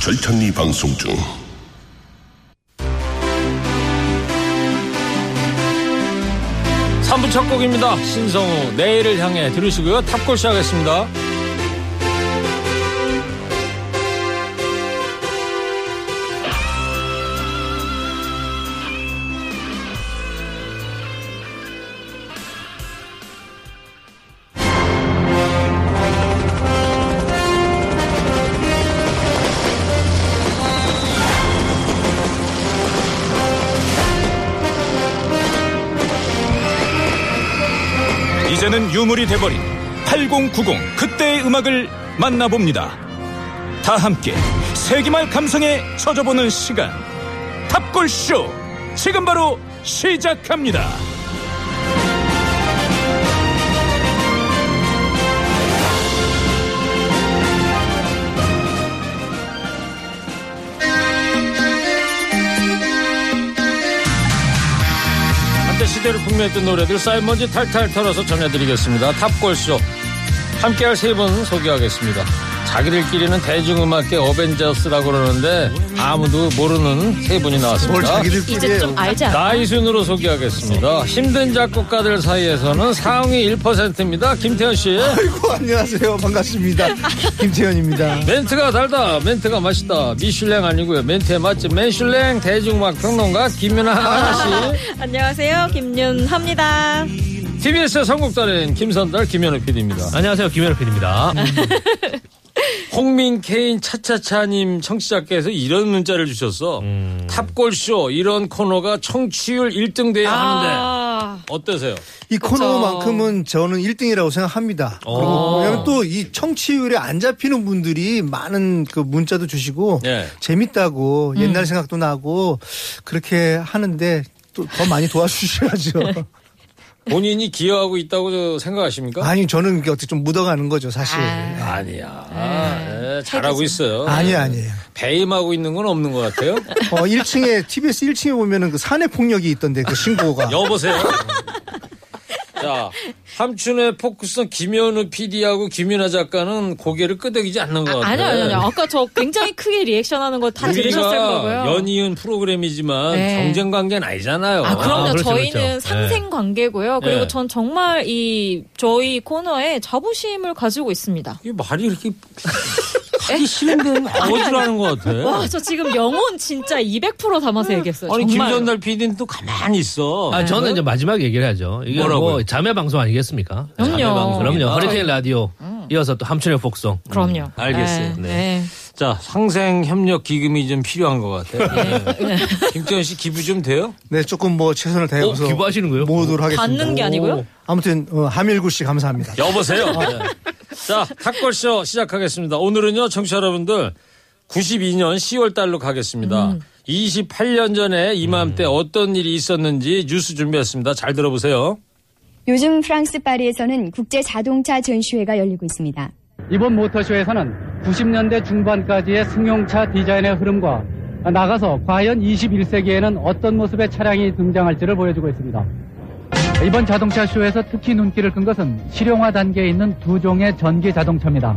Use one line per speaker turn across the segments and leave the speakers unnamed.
절찬리 방송 중
어,
삼부첫 곡입니다 신성우 내일을 향해 들으시고요 탑골 시작하겠습니다
이제는 유물이 돼버린 8090 그때의 음악을 만나봅니다. 다 함께 세기말 감성에 젖어보는 시간. 탑골쇼! 지금 바로 시작합니다.
한때 시대를 풍미했던 노래들 쌓인 먼지 탈탈 털어서 전해드리겠습니다 탑골쇼 함께할 세 분 소개하겠습니다 자기들끼리는 대중음악계 어벤져스라고 그러는데 아무도 모르는 세 분이 나왔습니다
이제 좀 알자.
나이 순으로 소개하겠습니다 힘든 작곡가들 사이에서는 상위 1%입니다 김태현 씨
아이고 안녕하세요 반갑습니다 김채연입니다
멘트가 달다 멘트가 맛있다 미슐랭 아니고요 멘트에 맛집 맨슐랭 대중음악 평론가 김연아 씨
안녕하세요. 김윤합니다.
TBS의 선곡달인 김선달 김현우 PD입니다
안녕하세요 김현우 PD입니다.
홍민 케인 차차차님 청취자께서 이런 문자를 주셨어
음.
탑골쇼 이런 코너가 청취율 1등 돼야 하는데
아,
어떠세요?
이 코너만큼은 저는 1등이라고 생각합니다
어.
그리고 왜냐면 또 이 청취율에 안 잡히는 분들이 많은 그 문자도 주시고
예.
재밌다고
음.
옛날 생각도 나고 그렇게 하는데 또 더 많이 도와주셔야죠
본인이 기여하고 있다고 저 생각하십니까?
아니 저는 이게 어떻게 좀 묻어가는 거죠 사실
아니야 예, 잘하고 있어요 네.
아니 아니에요
배임하고 있는 건 없는 것 같아요
어 1층에 TBS 1층에 보면은 그 사내 폭력이 있던데 그 신고가
여보세요. 자, 함춘의 포크스는 김현우 PD하고 김윤아 작가는 고개를 끄덕이지 않는 것 같아요.
아니요, 아니요, 아니요. 아까 저 굉장히 크게 리액션하는 거 다 들으셨을
우리가
거고요.
연이은 프로그램이지만
네.
경쟁 관계는 아니잖아요.
아, 그럼요.
아, 그렇죠,
저희는
그렇죠.
상생 관계고요. 그리고
네.
전 정말 이 저희 코너에 자부심을 가지고 있습니다.
이게 말이 이렇게 하기 싫은데 어지라는 것 같아.
와, 저 지금 영혼 진짜 200% 담아서 얘기했어요.
네. 아니
정말.
김전달 PD는 또 가만히 있어.
아, 저는 이제 마지막 얘기를 하죠. 이게
네. 뭐라고요?
뭐 자매 방송 아니겠습니까?
그럼요. 음.
자매 방송. 그럼요.
아,
허리케인 라디오 이어서 또 함춘의 복송.
그럼요.
음, 알겠어요.
네. 네.
자, 상생 협력 기금이 좀 필요한 것 같아요.
네.
김태현 씨 기부 좀 돼요?
네 조금 뭐 최선을 다해서
어, 기부하시는 거예요?
모으도록 하겠습니다
받는 게 아니고요.
아무튼 어, 하밀구 씨 감사합니다.
여보세요. 자, 탁골쇼 시작하겠습니다. 오늘은요, 청취자 여러분들, 92년 10월 달로 가겠습니다. 28년 전에 이맘때
음.
어떤 일이 있었는지 뉴스 준비했습니다. 잘 들어보세요.
요즘 프랑스 파리에서는 국제 자동차 전시회가 열리고 있습니다.
이번 모터쇼에서는 90년대 중반까지의 승용차 디자인의 흐름과 나가서 과연 21세기에는 어떤 모습의 차량이 등장할지를 보여주고 있습니다. 이번 자동차 쇼에서 특히 눈길을 끈 것은 실용화 단계에 있는 두 종의 전기 자동차입니다.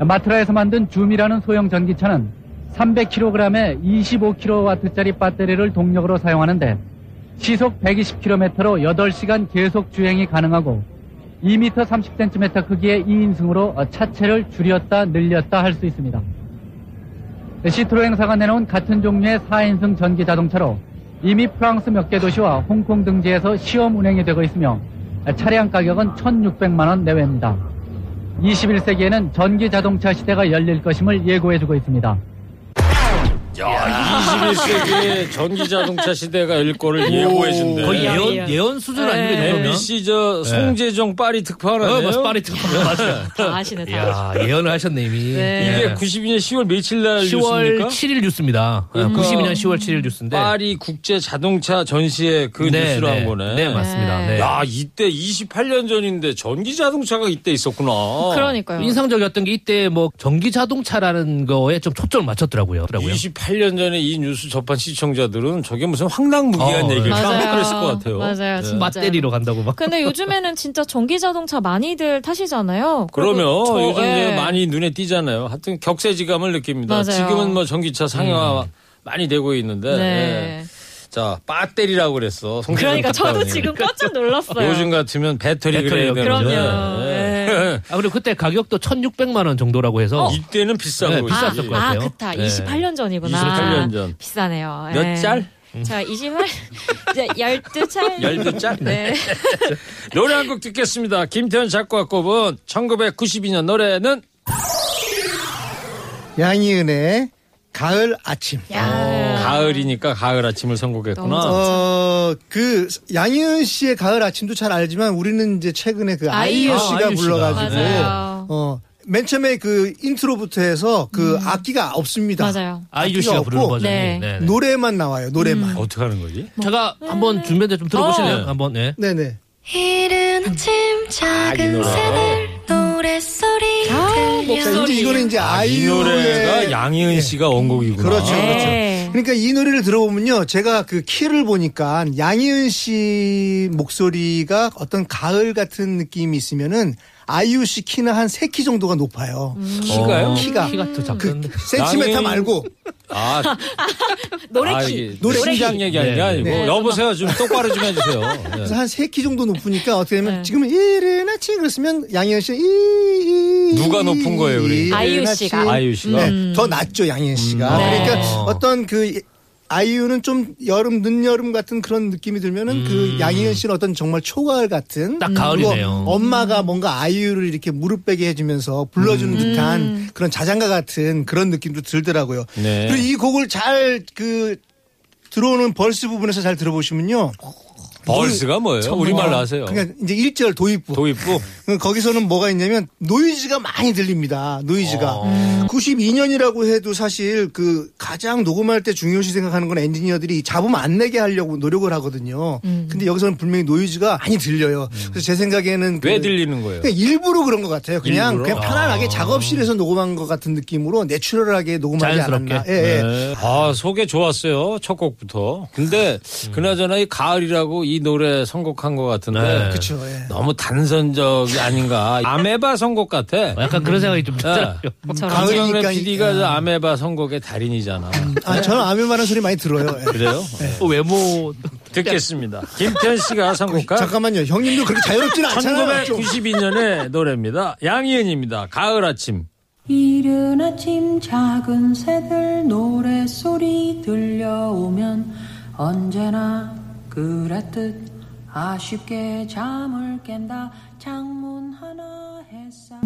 마트라에서 만든 줌이라는 소형 전기차는 300kg에 25kW짜리 배터리를 동력으로 사용하는데 시속 120km로 8시간 계속 주행이 가능하고 2m 30cm 크기의 2인승으로 어, 차체를 줄였다 늘렸다 할 수 있습니다. 시트로행사가 내놓은 같은 종류의 4인승 전기 자동차로 이미 프랑스 몇 개 도시와 홍콩 등지에서 시험 운행이 되고 있으며 차량 가격은 1,600만 원 내외입니다. 21세기에는 전기 자동차 시대가 열릴 것임을 예고해주고 있습니다.
야, 21세기의 전기 자동차 시대가 열 거를 예고해준대.
거의
야,
예언,
야.
예언 수준 아닙니까, 이 정도면?
MBC 저 송재정 파리 특파원
어,
네. 아니에요?
맞아, 파리 특파원. 맞아요.
다 아시네, 다. 아시네.
이야, 예언을 하셨네, 이미.
네.
이게
예.
92년 10월 며칠 날
10월
뉴스입니까?
7일 뉴스입니다. 네,
음.
그러니까
92년 10월 7일 뉴스인데.
파리 국제 자동차 전시회 그 뉴스로
네.
한 거네.
네, 맞습니다.
예.
네.
야, 이때 28년 전인데 전기 자동차가 이때 있었구나.
그러니까요.
인상적이었던 게 이때 뭐 전기 자동차라는 거에 좀 초점을 맞췄더라고요. 더라고요.
28년 전에 이 뉴스 접한 시청자들은 저게 무슨 황당무계한
어,
얘기를
맞아요.
참 그랬을 것 같아요. 네.
예. 맞아요, 네, 그 진짜.
맞대리로 음. 간다고 막.
근데 요즘에는 진짜 전기 자동차 많이들 타시잖아요. 그리고
그러면
저-
요즘
예.
이제 많이 눈에 띄잖아요. 하여튼 격세지감을 느낍니다.
맞아요. 음.
지금은 뭐 전기차 상용화 많이 되고 있는데.
네.
예. 자, 배터리라고 그랬어. 송재정
그러니까 저도
작가님.
지금 깜짝 놀랐어요.
요즘 같으면 배터리 그래야 되는데.
배터리.
그럼요. 예.
아 그리고 그때 가격도 1,600만 원 정도라고
어?
해서
이때는 비싼
네,
거지.
비쌌을 것
아,
같아요.
그렇다.
네.
28년 전이구나.
28년 전.
비싸네요.
몇
예.
짤?
자, 28, 이제 12짤.
열두 짤?
네.
노래 한 곡 듣겠습니다. 김태현 작곡가 꼽은 1992년 노래는
양희은의 가을 아침.
야.
가을이니까 가을 아침을 선곡했구나.
어, 그 양희은 씨의 가을 아침도 잘 알지만 우리는 이제 최근에 그 아이유,
아이유.
씨가
아, 아이유 씨가.
불러가지고
맞아요.
어, 맨 처음에 그 인트로부터 해서 그 악기가 없습니다.
맞아요.
아이유 씨가
악기가
부르는
없고
버전이.
네.
네, 네.
노래만 나와요. 노래만.
어떻게 하는 거지?
제가
네.
한번 준비했는데 좀 들어보실래요? 한번. 네.
네네.
이른 아침 작은 새들 노랫소리
아,
자, 이제 이거는 이제
아, 이 노래가
아이유의 예.
양희은 씨가 원곡이구나. 어.
그렇죠,
네.
그렇죠. 그러니까 이 노래를 들어보면요, 제가 그 키를 보니까 양희은 씨 목소리가 어떤 가을 같은 느낌이 있으면은 아이유 씨 키는 한 세 키 정도가 높아요.
키가요?
어,
키가.
키가 더
음,
그
작던데.
센티메타
양희은-
말고
아, 아,
노래키.
이게
노래
심장 얘기하는 게
네,
아니고
네. 음.
여보세요 좀 똑바로 좀 해주세요. 네.
그래서 한 세 키 정도 높으니까 어떻게 되면
네.
지금 이른 아침 그랬으면 양희은 씨 이, 이
누가 높은 거예요, 우리?
이른
아이유
아침.
씨가. 음.
아이유 씨가? 음.
네, 더 낮죠 양희은 씨가.
네.
그러니까 어떤 그 아이유는 좀 여름 늦여름 같은 그런 느낌이 들면은
음.
그 양희은 씨는 어떤 정말 초가을 같은
딱
그리고
가을이네요.
엄마가 뭔가 아이유를 이렇게 무릎 베게 해주면서
음.
불러주는
음.
듯한 그런 자장가 같은 그런 느낌도 들더라고요.
네.
그리고 이 곡을 잘 그 들어오는 벌스 부분에서 잘 들어보시면요.
벌스가 뭐예요? 어, 우리말로 하세요.
그러니까 이제 1절 도입부.
도입부.
그 거기서는 뭐가 있냐면 노이즈가 많이 들립니다. 노이즈가.
어.
92년이라고 해도 사실 그 가장 녹음할 때 중요시 생각하는 건 엔지니어들이 잡음 안 내게 하려고 노력을 하거든요. 근데 여기서는 분명히 노이즈가 많이 들려요. 그래서 제 생각에는 그
왜 음. 들리는 거예요?
그냥 일부러 그런 것 같아요. 그냥
일부러? 아.
그냥 편안하게 작업실에서 녹음한 것 같은 느낌으로 내추럴하게 녹음하지
자연스럽게.
않았나. 예, 예.
네. 아, 소개 좋았어요. 첫 곡부터. 근데
음.
그나저나 이 가을이라고 이 노래 선곡한 것 같은데.
네.
그쵸, 예.
너무 단선적이 아닌가. 아메바 선곡 같아.
어, 약간 그런 생각이 좀 들더라고요.
강경래
가을이니까
PD가
그러니까 이-
아메바 선곡의 달인이잖아.
아, 저는 아메마는 소리 많이 들어요.
네.
예.
그래요?
네.
또 외모
듣겠습니다. 김태현 씨가 선곡한
잠깐만요. 형님도 그렇게 자유롭지는 않잖아요. 좀.
1992년의 노래입니다. 양희은입니다. 가을 아침.
이른 아침 작은 새들 노랫소리 들려오면 언제나 그랬듯 아쉽게 잠을 깬다 창문 하나 햇살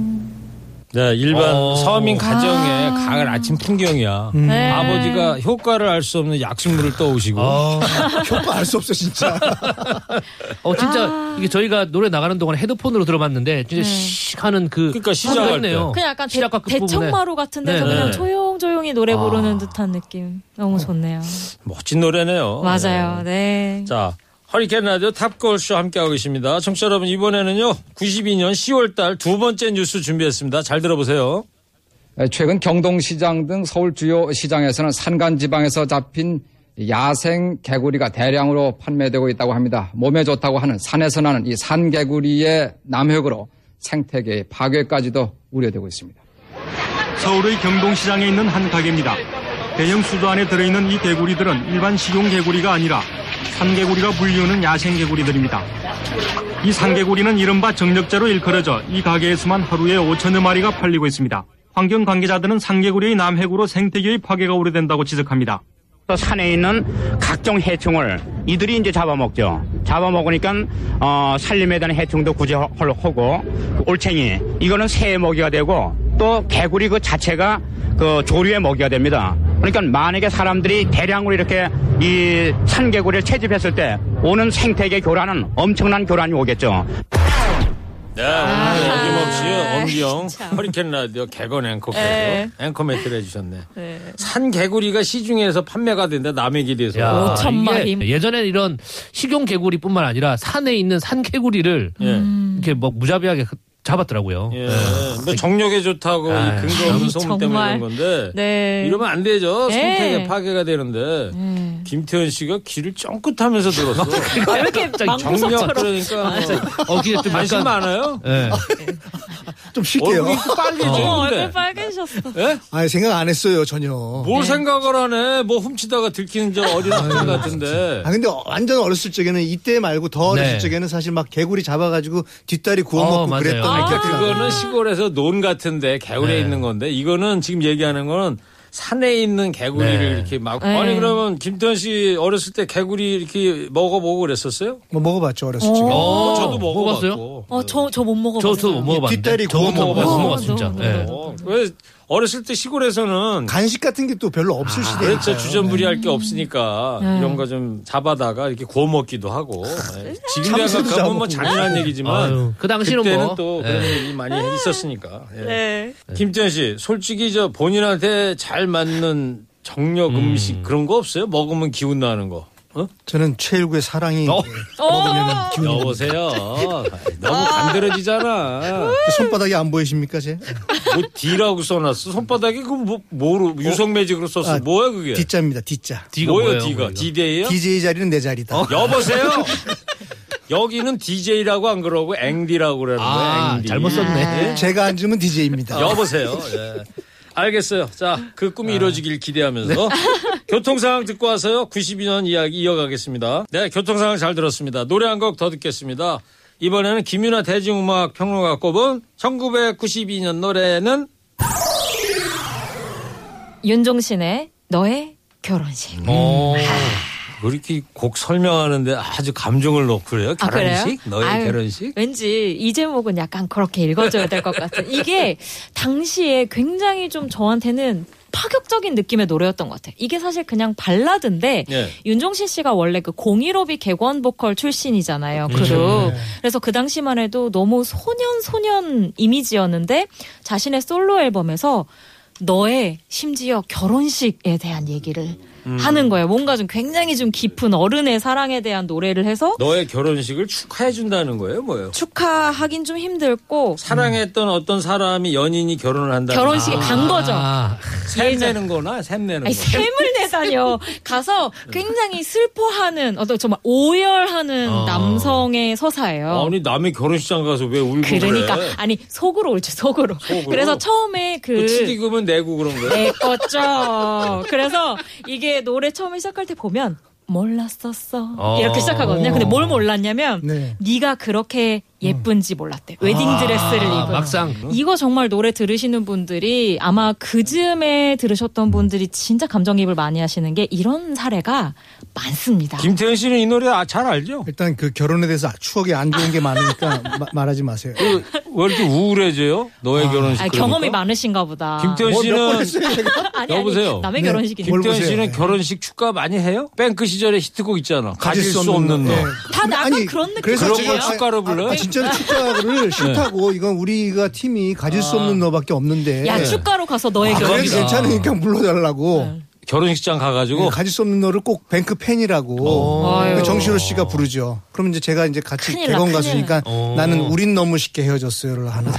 네, 일반
어.
서민 가정의 가을 아침 풍경이야.
음.
네.
아버지가 효과를 알 수 없는 약식물을 떠오시고.
아. 효과 알 수 없어 진짜.
어
아.
진짜 이게 저희가 노래 나가는 동안 헤드폰으로 들어봤는데 진짜 씩 하는 그
그러니까 시작할
그냥
소리였네요.
네. 약간 대,
시작과 끝부분에.
대청마루 같은 데서
네,
그냥
네.
조용조용히 노래 부르는 듯한 느낌. 너무 좋네요.
멋진 노래네요.
맞아요.
네.
네.
자, 허리케인 라디오 탑골쇼 함께하고 계십니다. 청취자 여러분, 이번에는요, 92년 10월달 두 번째 뉴스 준비했습니다. 잘 들어보세요.
최근 경동시장 등 서울 주요 시장에서는 산간 지방에서 잡힌 야생 개구리가 대량으로 판매되고 있다고 합니다. 몸에 좋다고 하는 산에서 나는 이 산개구리의 남획으로 생태계의 파괴까지도 우려되고 있습니다.
서울의 경동시장에 있는 한 가게입니다. 대형 수조 안에 들어있는 이 개구리들은 일반 식용 개구리가 아니라 산개구리가 불리우는 야생 개구리들입니다. 이 산개구리는 이른바 정력자로 일컬어져 이 가게에서만 하루에 5천여 마리가 팔리고 있습니다. 환경 관계자들은 산개구리의 남해구로 생태계의 파괴가 우려된다고 지적합니다.
또 산에 있는 각종 해충을 이들이 이제 잡아먹죠. 잡아먹으니까 어, 살림에 대한 해충도 구제하고 올챙이 이거는 새의 먹이가 되고 또 개구리 그 자체가 그 조류의 먹이가 됩니다.
그러니까 만약에 사람들이 대량으로 이렇게 이 산개구리를 채집했을 때 오는 생태계 교란은 엄청난 교란이 오겠죠.
네, 오늘 어김없이 엄기영 허리케인 라디오 개건 앵커께서
아, 네.
앵커 매트를 해주셨네.
네.
산 개구리가 시중에서 판매가 된다 남의 길에서
야, 이게 예전에 이런 식용 개구리뿐만 아니라 산에 있는 산 개구리를
음.
이렇게 뭐 무자비하게 잡았더라고요.
예. 뭐 정력에 좋다고
네. 아유,
이 근거 없는
참,
소문 때문에
정말.
그런 건데
네.
이러면 안 되죠.
예.
생태계 파괴가 되는데 김태현 씨가 귀를 쫑긋하면서 들었어.
왜 이렇게
정력
망고석처럼.
그러니까
아,
어, 귀에 좀
관심
약간-
많아요?
예.
좀 쉴게요.
얼굴이 또 빨개져.
어,
근데.
얼굴 빨개졌어.
예?
아니 생각 안 했어요 전혀.
뭘 생각을 하네? 뭐 훔치다가 들키는 저 어린 학생 같은데.
아 근데 완전 어렸을 적에는 이때 말고 더 어렸을
네.
적에는 사실 막 개구리 잡아가지고 뒷다리 구워 먹고 그랬던
그러니까
기억이 나요.
그거는 시골에서 논 같은데 개울에
네.
있는 건데 이거는 지금 얘기하는 거는 산에 있는 개구리를
네.
이렇게 막
네.
아니 그러면 김태현 씨 어렸을 때 개구리 이렇게 먹어보고 그랬었어요?
뭐 먹어봤죠 어렸을 적에.
어, 저도 먹어봤어요.
어, 저, 저 못 먹어봤어요.
뒷다리 구워 먹어.
예.
왜 어렸을 때 시골에서는
간식 같은 게 또 별로 없을 네. 시대니까.
네.
그렇죠 주전부리할 게 없으니까
네.
이런 거 좀 잡아다가 이렇게 구워 먹기도 하고 네. 지금
참새도
생각하면 뭐
잡아먹고.
잔인한 얘기지만
아유, 그 당시는
때는
뭐.
또 그런
네.
일이 많이 있었으니까 예.
네.
김태현 씨 솔직히 저 본인한테 잘 맞는 정력 음. 식 그런 거 없어요 먹으면 기운 나는 거 어?
저는 최일구의 사랑이 네,
먹으면
기운이 납니다.
여보세요 너무 간드러지잖아
손바닥이 안 보이십니까 제?
뭐 D라고 써놨어 손바닥에 그뭐 뭐로 유성매직으로 썼어
아,
뭐야 그게
D자입니다 D자.
어? 예. D가 뭐예요, 뭐예요, D가? 우리가? D-D예요? 어?
DJ 자리는 내 자리다.
여보세요. 여기는 DJ라고 안 그러고 앵디라고 그러는 거예요.
아,
앵디. 예?
네, 제가 앉으면 DJ입니다.
아. 여보세요. 예. 알겠어요. 자, 그
아.
꿈이 이루어지길
네.
기대하면서 교통 상황 듣고 와서요. 92년 이야기 이어가겠습니다. 네, 교통 상황 잘 들었습니다. 노래 한 곡 더 듣겠습니다. 이번에는 김윤아 대중음악 평론가 꼽은 1992년 노래는
윤종신의 너의 결혼식.
어. 이렇게 곡 설명하는데 아주 감정을 넣고 그래요.
아, 그래요?
결혼식? 너의
아유,
결혼식?
왠지 이 제목은 약간 그렇게 읽어줘야 될 것 같은. 이게 당시에 굉장히 좀 저한테는 파격적인 느낌의 노래였던 것 같아요. 이게 사실 그냥 발라드인데
예.
윤종신 씨가 원래 그 공일오비 개관 보컬 출신이잖아요. 그룹.
그렇죠.
그래서 그 당시만 해도 너무 소년 소년 이미지였는데 자신의 솔로 앨범에서 너의 심지어 결혼식에 대한 얘기를
음.
하는 거예요. 뭔가 좀 굉장히 좀 깊은 어른의 사랑에 대한 노래를 해서
너의 결혼식을 축하해 준다는 거예요, 뭐예요?
축하하긴 좀 힘들고
사랑했던 어떤 사람이 연인이 결혼을 한다는
결혼식에 아,
아,
간 거죠.
샘 내는 거나 샘 내는 거.
아니, 샘을 내다녀 가서 굉장히 슬퍼하는 어떤 정말 오열하는
어.
남성의 서사예요.
아니 남의 결혼식장 가서 왜 울고
어, 뭐 그러니까
그래?
아니 속으로 울지 속으로. 그래서 처음에
그
그 네.
축의금은 내고 그런 거예요?
내 거죠. 그래서 이게 노래 처음에 시작할 때 보면 몰랐었어
어.
이렇게 시작하거든요. 근데 뭘 몰랐냐면
네.
네가 그렇게 예쁜지 몰랐대. 웨딩 드레스를
아,
입은.
막상
어?
이거 정말 노래 들으시는 분들이 아마 그 즈음에 들으셨던 분들이 진짜 감정입을 많이 하시는 게 이런 사례가 많습니다.
김태현 씨는 이 노래 아, 잘 알죠?
일단 그 결혼에 대해서 추억이 안 좋은 게 많으니까 마- 말하지 마세요.
왜 이렇게 우울해져요? 너의 결혼식.
아,
그러니까?
경험이 많으신가 보다.
김태현
뭐
씨는
아니, 아니,
여보세요. 네.
남의 결혼식이니까.
김태현 씨는 결혼식 축가 많이 해요? 뱅크 시절에 히트곡 있잖아. 가질 수 없는 너.
네.
다 나가 그런 느낌.
그래서 그런 걸 축가로 불러요? 네.
아, 진짜로 축가를 싫다고 이건 우리가 팀이 가질
아.
수 없는 너밖에 없는데. 네.
야 축가로 그러니까. 네. 가서 너의
아,
결혼식.
그래도 괜찮으니까 불러달라고.
결혼식장 가가지고
네, 가질 수 없는 너를 꼭 뱅크 팬이라고
어.
그 정시로 씨가 부르죠. 그럼 이제 제가 이제 같이
큰일 나,
개건
큰일
가수니까
어.
나.
나는 우린 너무 쉽게 헤어졌어요를 하나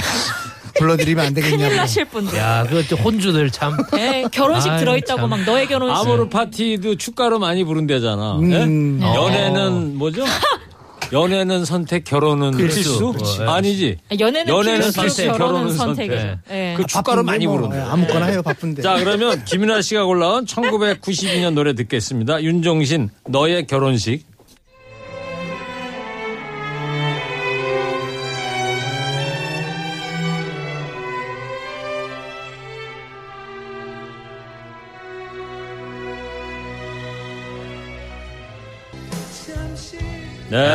불러드리면 안
큰일
되겠냐고.
나실 분들.
야, 그 혼주들 참.
네, 결혼식
아유,
들어있다고
참.
막 너의 결혼식.
아모르 파티도 축가로 많이 부른대잖아.
음.
예?
네.
연애는 뭐죠? 연애는 선택, 결혼은 필수?
필수. 그렇지.
아니지.
연애는 필수,
필수,
결혼은
결혼은 선택.
선택. 예.
그
아,
축가로 많이
뭐,
부른대.
예, 아무거나 해요
네.
바쁜데.
자, 그러면 김윤아 씨가 골라온 1992년 노래 듣겠습니다. 윤종신, 너의 결혼식. 네.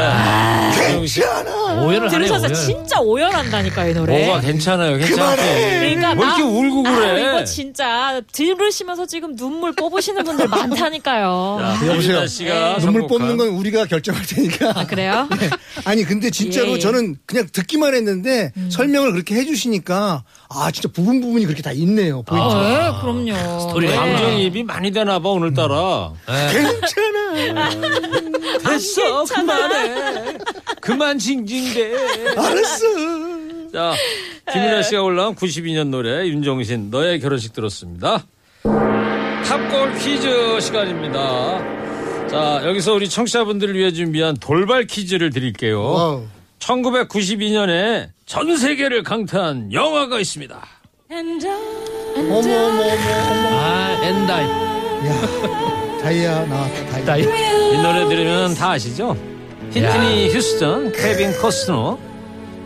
윤종신 박명수 씨.
아,
오해를 하네,
들으셔서
오해를.
진짜 오열한다니까 이 노래.
네.
뭐가 괜찮아요, 괜찮지.
그러니까
왜 이렇게
막-
울고
아유,
그래?
이거 진짜 들으시면서 지금 눈물 뽑으시는 분들 많다니까요.
여보세요.
유리나 씨가
눈물
선곡한-
뽑는 건 우리가 결정할 테니까.
그래요?
네.
예. 아니 근데 진짜로
예, 예.
저는 그냥 듣기만 했는데 설명을 그렇게 해주시니까 아 진짜 부분 부분이 그렇게 다 있네요. 보이죠?
아, 예, 그럼요. 네.
감정이입이 많이 되나 봐 오늘따라. 네.
괜찮아.
됐어 그만해. 그만 징징대.
알았어.
자 김윤아 씨가 올라온 92년 노래 윤종신 너의 결혼식 들었습니다. 탑골 퀴즈 시간입니다. 자 여기서 우리 청취자분들을 위해 준비한 돌발 퀴즈를 드릴게요.
어.
1992년에 전 세계를 강타한 영화가 있습니다.
어머 어머 어머.
아 엔다이.
야 다이아 나왔다 다이아.
다이.
이 노래 들으면 다 아시죠? 히트니 휴스턴, 케빈 코스노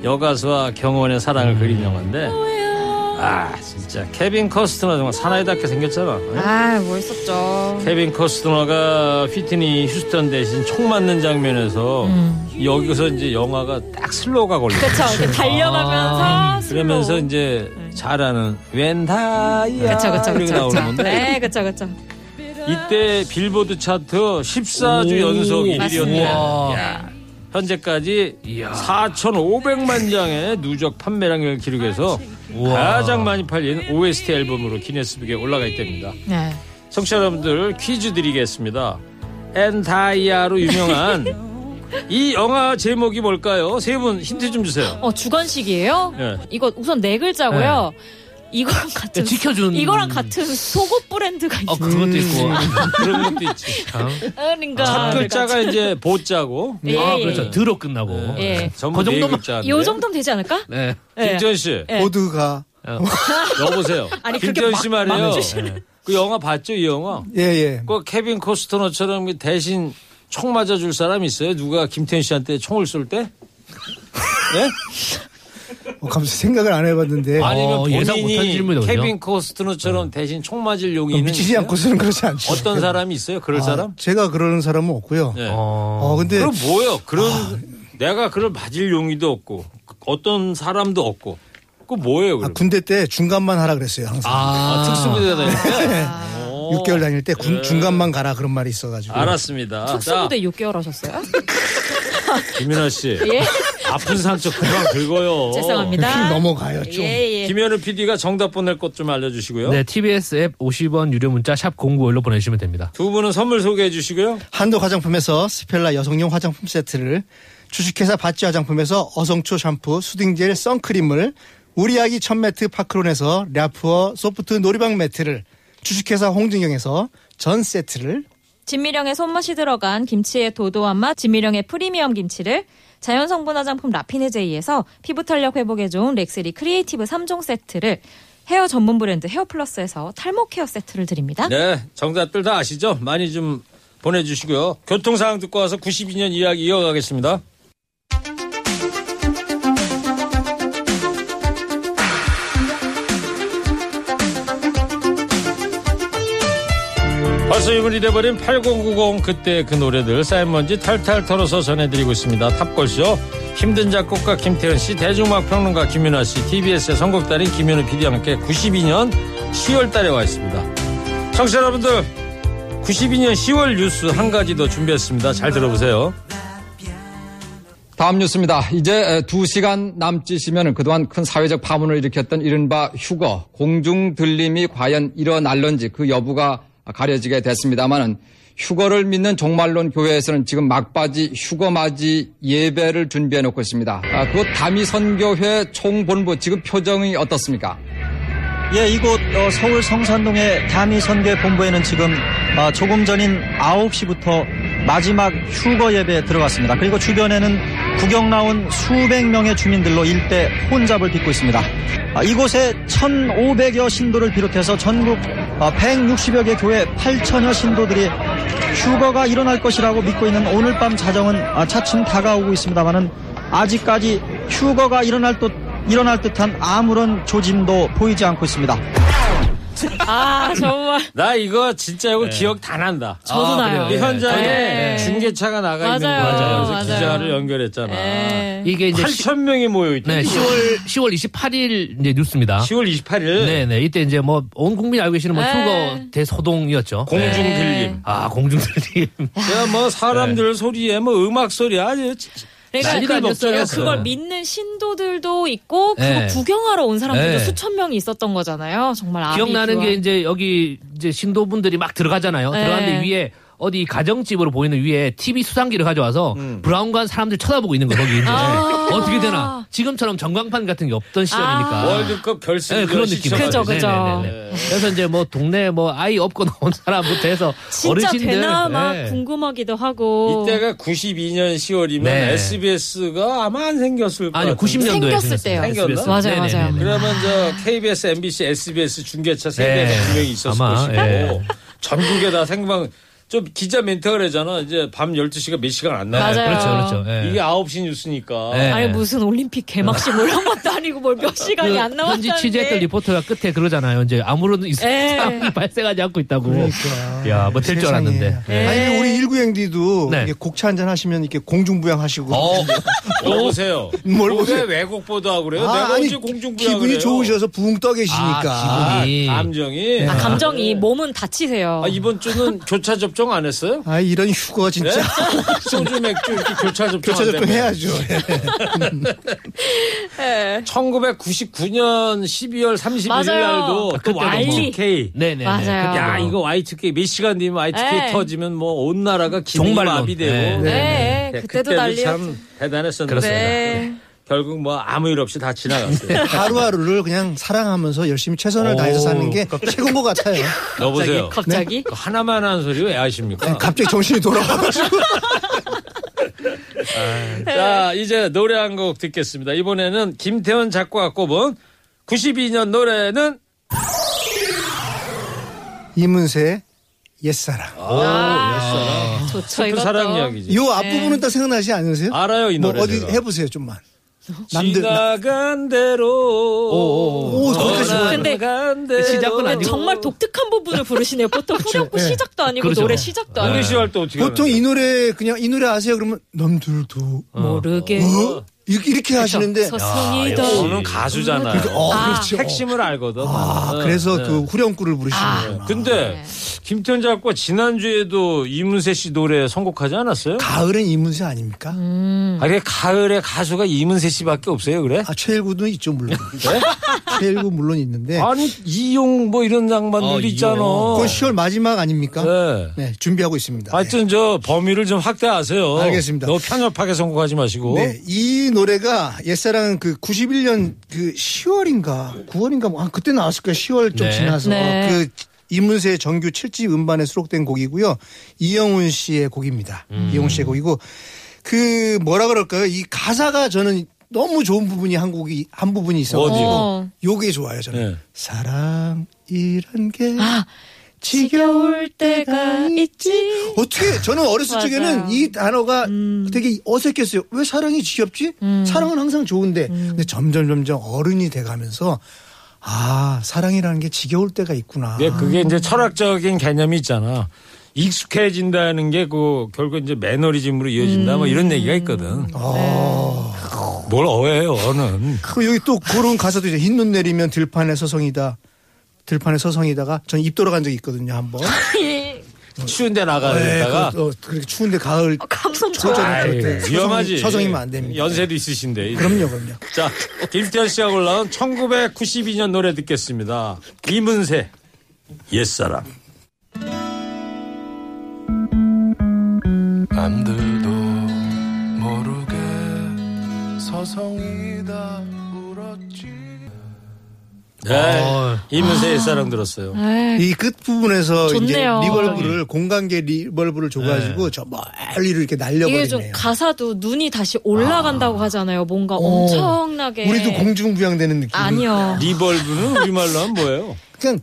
여가수와 경호원의 사랑을 그린 영화인데 아 진짜 케빈 코스트너 정말 사나이답게 생겼잖아
아, 멋있었죠.
케빈 코스트너가 휘트니 휴스턴 대신 총 맞는 장면에서 여기서 이제 영화가 딱 슬로우가 걸려
음. 그쵸. 이렇게 달려가면서.
아, 그러면서 이제 잘하는 웬 다이아
그쵸, 그쵸,
이렇게
그쵸.
나오는
그쵸.
건데
네, 그쵸, 그쵸.
이때 빌보드 차트 14주
오,
연속
맞습니다. 어,
1위였네요. 현재까지 4,500만 장의 누적 판매량을
아,
기록해서
우와.
가장 많이 팔린 OST 앨범으로 기네스북에 올라가 있답니다.
네.
청취자 여러분들 퀴즈 드리겠습니다. 엔다이아로 유명한 이 영화 제목이 뭘까요? 세 분 힌트 좀 주세요.
어, 주건식이에요?
예.
이거 우선 네 글자고요. 이거랑 같은.
그
네,
지켜준-
이거랑 음. 같은 속옷 브랜드가 있어요.
어 그것도 있고.
아,
아,
그런 것도 있지.
그러니까.
첫 글자가 이제 보자고.
예,
아
예.
그렇죠. 드로 끝나고.
예.
전부 그
정도만-
정도만
요 정도면 되지 않을까?
네.
예.
김지현 씨.
예.
모두가
여보세요.
아니, 그렇게
김태현 씨
막-
말이에요.
막 주시는-
그 영화 봤죠, 이 영화?
예예.
그 케빈 코스터너처럼 그 대신 총 맞아줄 사람 있어요? 누가 김태현 씨한테 총을 쏠 때? 네?
어, 감사 생각을 안 해봤는데
아니면
어, 예상 못한
본인이
질문이군요.
케빈 코스터너처럼 대신 총 맞을 용의는
미치지
있어요?
않고서는 그렇지 않죠.
어떤 사람이 있어요? 그럴
아,
사람?
제가 그러는 사람은 없고요.
네.
어 근데
그럼 뭐예요? 그런 내가 그걸 맞을 용의도 없고 어떤 사람도 없고 그 뭐예요?
아,
그럼?
군대 때 중간만 하라 그랬어요 항상.
아, 특수부대 다니까
6개월 다닐 때
예.
군- 중간만 가라 그런 말이 있어가지고.
알았습니다. 자,
특수부대 6개월 하셨어요?
김윤아 씨.
예.
아픈 상처 그만 긁어요.
죄송합니다.
넘어가요 좀.
예, 예.
김현우 PD가 정답 보낼 것 좀 알려주시고요.
네, TBS 앱 50원 유료 문자 샵 0951로 보내주시면 됩니다.
두 분은 선물 소개해 주시고요.
한독 화장품에서 스펠라 여성용 화장품 세트를 주식회사 바찌 화장품에서 어성초 샴푸, 수딩젤, 선크림을 우리 아기 천매트 파크론에서 랴프어 소프트 놀이방 매트를 주식회사 홍진경에서 전 세트를
진미령의 손맛이 들어간 김치의 도도한 맛, 진미령의 프리미엄 김치를 자연 성분 화장품 라피네제이에서 피부 탄력 회복에 좋은 렉스리 크리에이티브 3종 세트를 헤어 전문 브랜드 헤어플러스에서 탈모 케어 세트를 드립니다.
네, 정답들 다 아시죠? 많이 좀 보내주시고요. 교통 상황 듣고 와서 92년 이야기 이어가겠습니다. 벌써 유물이 돼버린 8090 그때 그 노래들 쌓인 먼지 탈탈 털어서 전해드리고 있습니다. 탑골쇼 힘든 작곡가 김태현 씨, 대중음악 평론가 김윤아 씨, TBS의 선곡단인 김윤우 PD와 함께 92년 10월달에 와 있습니다. 청취자 여러분들 92년 10월 뉴스 한 가지 더 준비했습니다. 잘 들어보세요.
다음 뉴스입니다. 이제 두시간 남짓이면 그동안 큰 사회적 파문을 일으켰던 이른바 휴거, 공중 들림이 과연 일어날런지 그 여부가 가려지게 됐습니다만은 휴거를 믿는 종말론 교회에서는 지금 막바지 휴거맞이 예배를 준비해 놓고 있습니다. 아, 그곳 다미선교회 총본부 지금 표정이 어떻습니까?
예, 이곳 어, 서울 성산동의 다미선교 본부에는 지금 아, 조금 전인 9시부터 마지막 휴거 예배에 들어갔습니다. 그리고 주변에는 구경 나온 수백 명의 주민들로 일대 혼잡을 빚고 있습니다. 아, 이곳에 1,500여 신도를 비롯해서 전국 160여 개 교회 8,000여 신도들이 휴거가 일어날 것이라고 믿고 있는 오늘 밤 자정은 아, 차츰 다가오고 있습니다만은 아직까지 휴거가 일어날 듯 일어날 듯한 아무런 조짐도 보이지 않고 있습니다.
아 정말.
나 이거 진짜 이거 기억 다 난다.
네. 저도
아,
나요.
그래요? 이 현장에
네.
중계차가 나가 있는
맞아요.
거예요. 그래서
맞아요. 네.
기자를 연결했잖아.
이게 이제
8천 명이 모여 있대.
네, 10월 10월 28일 이제 뉴스입니다.
10월 28일.
네, 네. 이때 이제 뭐 온 국민이 알고 계시는 뭐
네.
휴거 대소동이었죠.
공중
네.
들림.
아, 공중 들림.
아.
야, 뭐
네.
사람들 소리에 뭐 음악 소리 아주 진짜
그러니까
시끌벅적했어요.
그걸 그걸 믿는 신도들도 있고 그거
네.
구경하러 온 사람들도
네.
수천 명이 있었던 거잖아요. 정말 아비
기억나는 게
교황.
이제 여기 이제 신도분들이 막 들어가잖아요.
네.
들어가는데 위에 어디 가정집으로 보이는 위에 TV 수상기를 가져와서
음.
브라운관 사람들 쳐다보고 있는 거 거기 이제
아.
어떻게 되나 지금처럼 전광판 같은 게 없던 시절이니까
월드컵 결승
네, 그런 느낌
시청하는
그죠, 그죠.
네, 네, 네, 네. 그래서 이제 뭐 동네 뭐 아이 업고 나온 사람부터 해서
진짜
어르신들
되나 막
네.
궁금하기도 하고.
이때가 92년 10월이면
네.
SBS가 아마 안 생겼을 거예요.
아니요, 90년도에 에
생겼을 때요.
생겼나?
맞아요, 네네네. 맞아요.
그러면 저 KBS, MBC, SBS 중계차 세 대가
네.
분명히 있었을
아마,
것이고
예.
전국에다 생방 좀 기자 멘트를 하잖아. 이제 밤 12시가 몇 시간 안 나와요.
맞아요. 그렇죠, 그렇죠.
네.
예.
이게 9시 뉴스니까.
아니 무슨 올림픽 개막식 뭐 이런 것도 아니고 뭘 몇 시간이
네. 그
안 나왔다는데.
현지 취재했던 리포터가 끝에 그러잖아요. 이제 아무런 이
예.
사람이 발생하지 않고 있다고. 야, 뭐 될 줄
세상에.
알았는데. 예.
아니 우리 1구행디도
네.
곡차 한잔 하시면 이렇게 공중부양 하시고
어, 뭘 보세요.
뭘 보세요?
왜 외국 보다 그래요? 내가
아, 아니
언제 공중부양
기분이 좋으셔서 붕 떠 계시니까
아,
네.
감정이.
아, 감정이 몸은 다치세요.
아, 이번 주는 교차 접종 안 했어요?
아 이런 휴거
네?
진짜
소주 맥주 이렇게 교차 접종
교차
안
접종
되면.
해야죠. 예.
1999년 12월 31일
맞아요.
날도
아,
그
그때도 뭐.
Y2K.
네네네.
맞아요.
야, 이거 Y2K 몇 시간 뒤면 Y2K
네.
터지면 뭐 온 나라가 기능이
종말론.
마비되고.
네.
네,
네,
그때도 난리였죠.
참 대단했었는데.
그렇습니다.
네.
결국 뭐 아무 일 없이 다 지나갔어요.
하루하루를 그냥 사랑하면서 열심히 최선을 다해서 사는 게 최고인 것 같아요.
여보세요.
갑자기?
그 하나만 하는 소리 왜 하십니까?
갑자기 정신이 돌아와가지고
자, 이제 노래 한 곡 듣겠습니다. 이번에는 김태원 작가가 꼽은 92년 노래는
이문세 옛사랑.
아,
아, 좋죠.
슬픈
이것도.
사랑 이야기지.
요 앞부분은 딱 생각나지 않으세요?
예. 알아요, 이
뭐
노래.
어디
제가.
해보세요 좀만. 남들
지나간 대로.
오, 거기까지 좋아요.
근데
지나간 대로.
시작은
근데
아니고.
네, 정말 독특한 부분을 부르시네요. 보통 후렴구 시작도 아니고
그렇죠.
노래 시작도
우리
아니고
시절 또 어떻게.
보통
하는데?
이 노래 그냥 이 노래 아세요? 그러면 남들도
모르게
네. 어? 이렇게 이렇게 하시는데
서성이다.
저는 가수잖아.
어, 그렇지. 어.
핵심을 알거든.
아,
네,
그래서
네. 아.
그 후렴구를 부르시는 거예요.
근데 김태현 작가 지난주에도 이문세 씨 노래 선곡하지 않았어요?
가을은 이문세 아닙니까?
음. 아니 가을에 가수가 이문세 씨밖에 없어요, 그래?
아 최일구도 있죠 물론. 최일구 물론 있는데
네? 아니 이용 뭐 이런 양반들
어,
있잖아.
예. 그건 10월 마지막 아닙니까?
네.
네, 준비하고 있습니다.
하여튼 저 범위를 좀 확대하세요.
알겠습니다.
너무 편협하게 선곡하지 마시고.
네, 이 노래가 옛사랑 그 91년 그 10월인가 9월인가 뭐, 아, 그때 나왔을 거예요. 10월 좀
네.
지나서
네.
그 이문세 정규 7집 음반에 수록된 곡이고요. 이영훈 씨의 곡입니다. 이영훈 씨의 곡이고 그 뭐라 그럴까요? 이 가사가 저는 너무 좋은 부분이 한 곡이 한 부분이 있어가지고
어디요?
요게 좋아요 저는
네.
사랑이란 게
지겨울 때가 있지.
어떻게 저는 어렸을
맞아요. 음.
적에는 이 단어가 되게 어색했어요. 왜 사랑이 지겹지? 사랑은 항상 좋은데
음.
근데 점점 점점 어른이 돼가면서 아 사랑이라는 게 지겨울 때가 있구나.
근데 네, 그게 이제 철학적인 개념이 있잖아. 익숙해진다는 게 그 결국 이제 매너리즘으로 이어진다 뭐 이런 얘기가 있거든.
아.
뭘 어해요, 어는.
그 여기 또 그런 가사도 이제 흰눈 내리면 들판에 서성이다. 들판에 서성이다가 전 입 돌아간 적이 있거든요 한번.
추운데 나가다가
그, 어, 그렇게 추운데 가을
어, 감성 좋아.
초저녁
아이,
그때 서성이-
위험하지.
서성이면 안 됩니다. 네.
연세도 있으신데. 이제.
그럼요 그럼요.
자, 김태현 씨가 골라온 1992년 노래 듣겠습니다. 이문세, 옛사람.
남들도 모르게 서성이다 울었지
네,
아.
이문세 옛사람 들었어요.
이 끝부분에서 이제
네. 좋네요.
리벌브를 공간계 리벌브를 줘가지고 저 멀리로 이렇게
이게 좀
날려버리네요.
가사도 눈이 다시 올라간다고 하잖아요. 뭔가 엄청나게.
우리도 공중부양되는 느낌.
아니요.
리벌브는 우리말로 하면 뭐예요?
그냥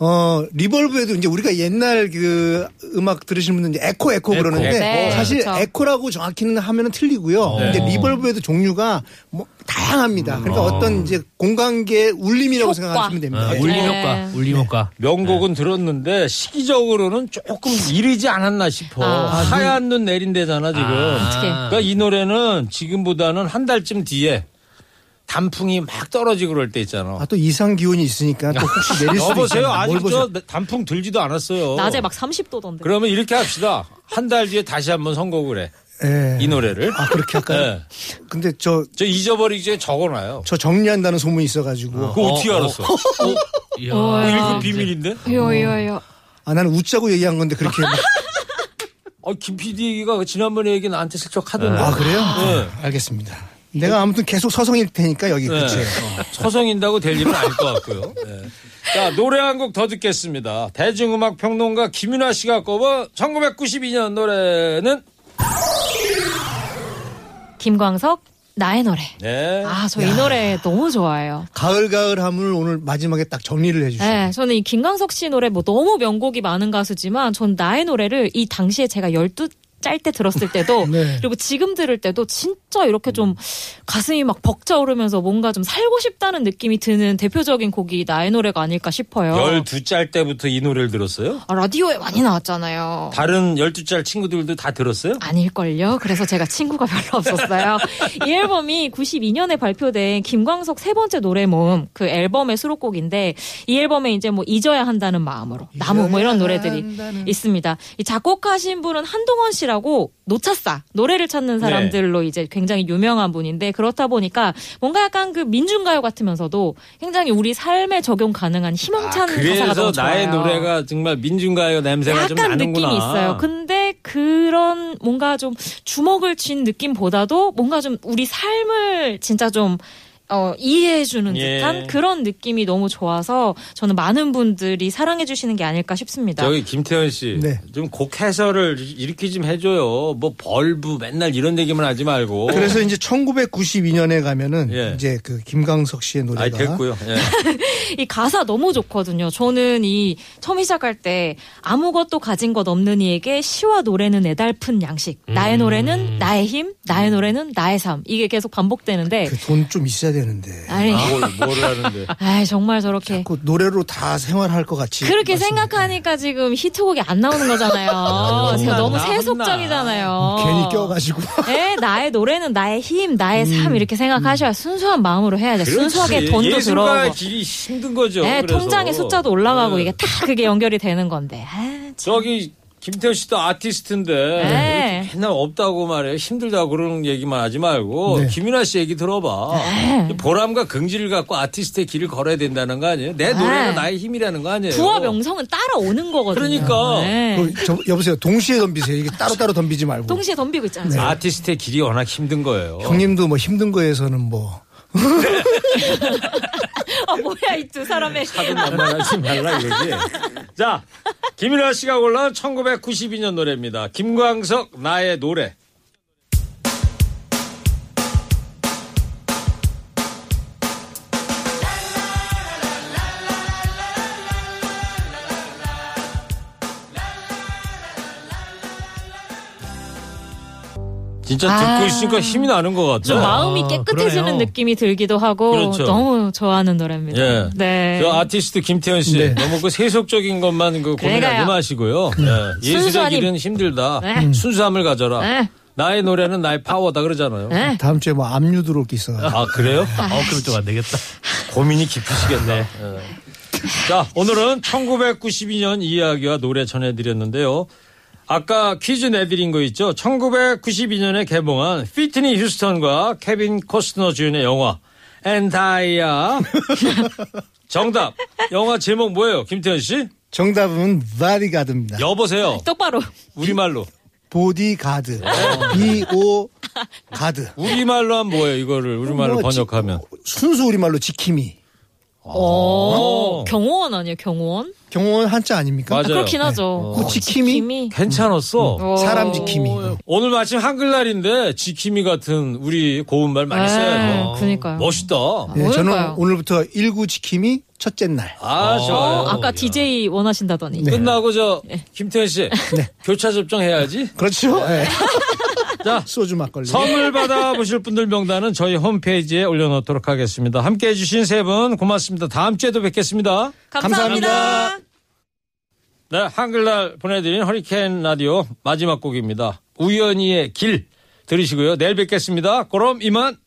어, 리벌브에도 이제 우리가 옛날 그 음악 들으시는 분들 이제 에코 에코
에코.
그러는데
네,
사실
그렇죠.
에코라고 정확히는 하면은 틀리고요.
네.
근데 리벌브에도 종류가 뭐 다양합니다. 그러니까
음.
어떤 이제 공간계 울림이라고 생각하시면 됩니다.
네.
예.
아, 울림효과. 네.
명곡은 들었는데 시기적으로는 조금 이르지 않았나 싶어.
아,
하얀 눈 내린대잖아 지금.
아, 어떡해.
그러니까 이 노래는 지금보다는 한 달쯤 뒤에 단풍이 막 떨어지고 그럴 때 있잖아.
아, 또 이상 기온이 있으니까 또 혹시 내릴 수도
여보세요.
있잖아요.
아직
뭘 보세요.
저 단풍 들지도 않았어요.
낮에 막 30도던데.
그러면 이렇게 합시다. 한 달 뒤에 다시 한번 선곡을 해.
예.
이 노래를. 아,
그렇게 할까요? 근데 저,
저 잊어버리기 전에 적어놔요.
저 정리한다는 소문이 있어가지고. 네.
그거 어떻게 알았어?
이야.
어, 이거 비밀인데?
요요요.
아, 나는 웃자고 얘기한 건데 그렇게. 막-
아, 김 PD 얘기가 지난번에 얘기 나한테 슬쩍 하던데.
아, 그래요?
네.
알겠습니다. 내가 아무튼 계속 서성일 테니까 여기
네.
그치.
어, 서성인다고 될 일은 아닐 것 같고요. 네. 자, 노래 한 곡 더 듣겠습니다. 대중음악 평론가 김윤아 씨가 꼽은 1992년 노래는
김광석 나의 노래.
네.
아 저 이 노래 너무 좋아해요.
가을 가을함을 오늘 마지막에 딱 정리를 해주시죠.
네, 저는 이 김광석 씨 노래 뭐 너무 명곡이 많은 가수지만 전 나의 노래를 이 당시에 제가 12 짤 때 들었을 때도 그리고 지금 들을 때도 진짜 이렇게 좀 가슴이 막 벅차오르면서 뭔가 좀 살고 싶다는 느낌이 드는 대표적인 곡이 나의 노래가 아닐까 싶어요.
12짤 때부터 이 노래를 들었어요?
아, 라디오에 많이 나왔잖아요.
다른 12짤 친구들도 다 들었어요?
아닐걸요. 그래서 제가 친구가 별로 없었어요. 이 앨범이 92년에 발표된 김광석 세 번째 노래 모음 그 앨범의 수록곡인데 이 앨범에 이제 뭐 잊어야 한다는 마음으로 나무 뭐 이런 노래들이 있습니다. 이 작곡하신 분은 한동원 씨라고 노차사 노래를 찾는 사람들로
네.
이제 굉장히 유명한 분인데 그렇다 보니까 뭔가 약간 그 민중가요 같으면서도 굉장히 우리 삶에 적용 가능한 희망찬 가사가
아, 그래서
너무
나의
좋아요.
노래가 정말 민중가요 냄새가 네, 좀
약간
나는구나.
느낌이 있어요. 그러니까. 근데 그런 뭔가 좀 주먹을 쥔 느낌보다도 뭔가 좀 우리 삶을 진짜 좀 어, 이해해주는
예.
듯한 그런 느낌이 너무 좋아서 저는 많은 분들이 사랑해주시는 게 아닐까 싶습니다.
저기 김태현 씨,
네.
좀 곡 해설을 이렇게 좀 해줘요. 뭐 벌브 맨날 이런 얘기만 하지 말고.
그래서 이제 1992년에 가면은
예.
이제 그 김광석 씨의 노래가
아이 됐고요. 예.
이 가사 너무 좋거든요. 저는 이 처음 시작할 때 아무것도 가진 것 없는 이에게 시와 노래는 애달픈 양식. 나의
음.
노래는 나의 힘, 나의 노래는 나의 삶. 이게 계속 반복되는데.
그
그
돈 좀 있어야 되는데.
아니.
하는데.
아이, 정말 저렇게.
그 노래로 다 생활할 것
예,
같이.
그렇게 생각하니까 지금 히트곡이 안 나오는 거잖아요. 제가 너무 세속적이잖아요.
음,
괜히 껴가지고.
네, 나의 노래는 나의 힘, 나의 삶 이렇게 생각하셔야 순수한 마음으로 해야죠. 순수하게 돈도
음, 예술가의
들어오고.
길이 힘든 거죠.
네,
그래서. 음.
통장에 숫자도 올라가고 이게 딱 그게 연결이 되는 건데. 아,
저기 김태현 씨도 아티스트인데
네.
이렇게 맨날 없다고 말해 힘들다고 그런 얘기만 하지
네.
말고 김윤아 씨 얘기 들어봐.
네.
보람과 긍지를 갖고 아티스트의 길을 걸어야 된다는 거 아니에요? 내 노래가
네.
나의 힘이라는 거 아니에요?
부와 명성은 따라오는 거거든요.
어. 그러니까.
네.
그, 저, 여보세요. 동시에 덤비세요. 이게 따로따로 덤비지 말고.
동시에 덤비고 있잖아요.
아티스트의 길이 워낙 힘든 거예요.
형님도 뭐 힘든 거에서는 뭐.
아, 뭐야, 이 두 사람의.
만만하지 말라 이거지. 자, 김윤아 씨가 골라온 1992년 노래입니다. 김광석 나의 노래. 진짜 듣고
아.
있으니까 힘이 나는 것 같죠.
좀 마음이 깨끗해지는 느낌이 들기도 하고
아, 그렇죠.
너무 좋아하는 노래입니다.
예.
네.
저 아티스트 김태현 씨 너무 그 세속적인 것만 그 고민하지
그래요.
마시고요. 예. 예술의
음. 순수하니-
길은 힘들다.
네.
순수함을 가져라.
네.
나의 노래는 나의 파워다 그러잖아요.
다음 주에 뭐 압류 들어올 게 있어.
아 그래요? 아 그럼 좀 안 되겠다. 고민이 깊으시겠네. 예. 자 오늘은 1992년 이야기와 노래 전해드렸는데요. 아까 퀴즈 내드린 거 있죠. 1992년에 개봉한 피트니 휴스턴과 케빈 코스너 주연의 영화 엔타이아. 정답. 영화 제목 뭐예요, 김태현 씨?
정답은 바디가드입니다.
여보세요.
똑바로.
우리말로.
보디가드. B.O. 가드.
우리말로 하면 뭐예요, 이거를 우리말로
뭐 지-
번역하면?
순수 우리말로 지킴이.
오, 어, 경호원 아니에요, 경호원?
경호원 한자 아닙니까?
아, 그렇긴 하죠.
어. 지킴이?
괜찮았어.
사람 지킴이.
오늘 마침 한글날인데 지킴이 같은 우리 고운말 많이
에이,
써요.
네, 아,
어.
그니까요.
멋있다.
네, 저는 오늘부터 일구 지킴이 첫째 날.
아, 좋아요.
어, 아까 DJ 원하신다더니.
끝나고 저 김태현 씨 교차 접종 해야지.
그렇죠.
자
소주 막걸리.
선물 받아보실 분들 명단은 저희 홈페이지에 올려놓도록 하겠습니다. 함께 해주신 세 분 고맙습니다. 다음 주에도 뵙겠습니다.
감사합니다.
네, 한글날 보내드린 허리케인 라디오 마지막 곡입니다. 우연히의 길 들으시고요. 내일 뵙겠습니다. 그럼 이만.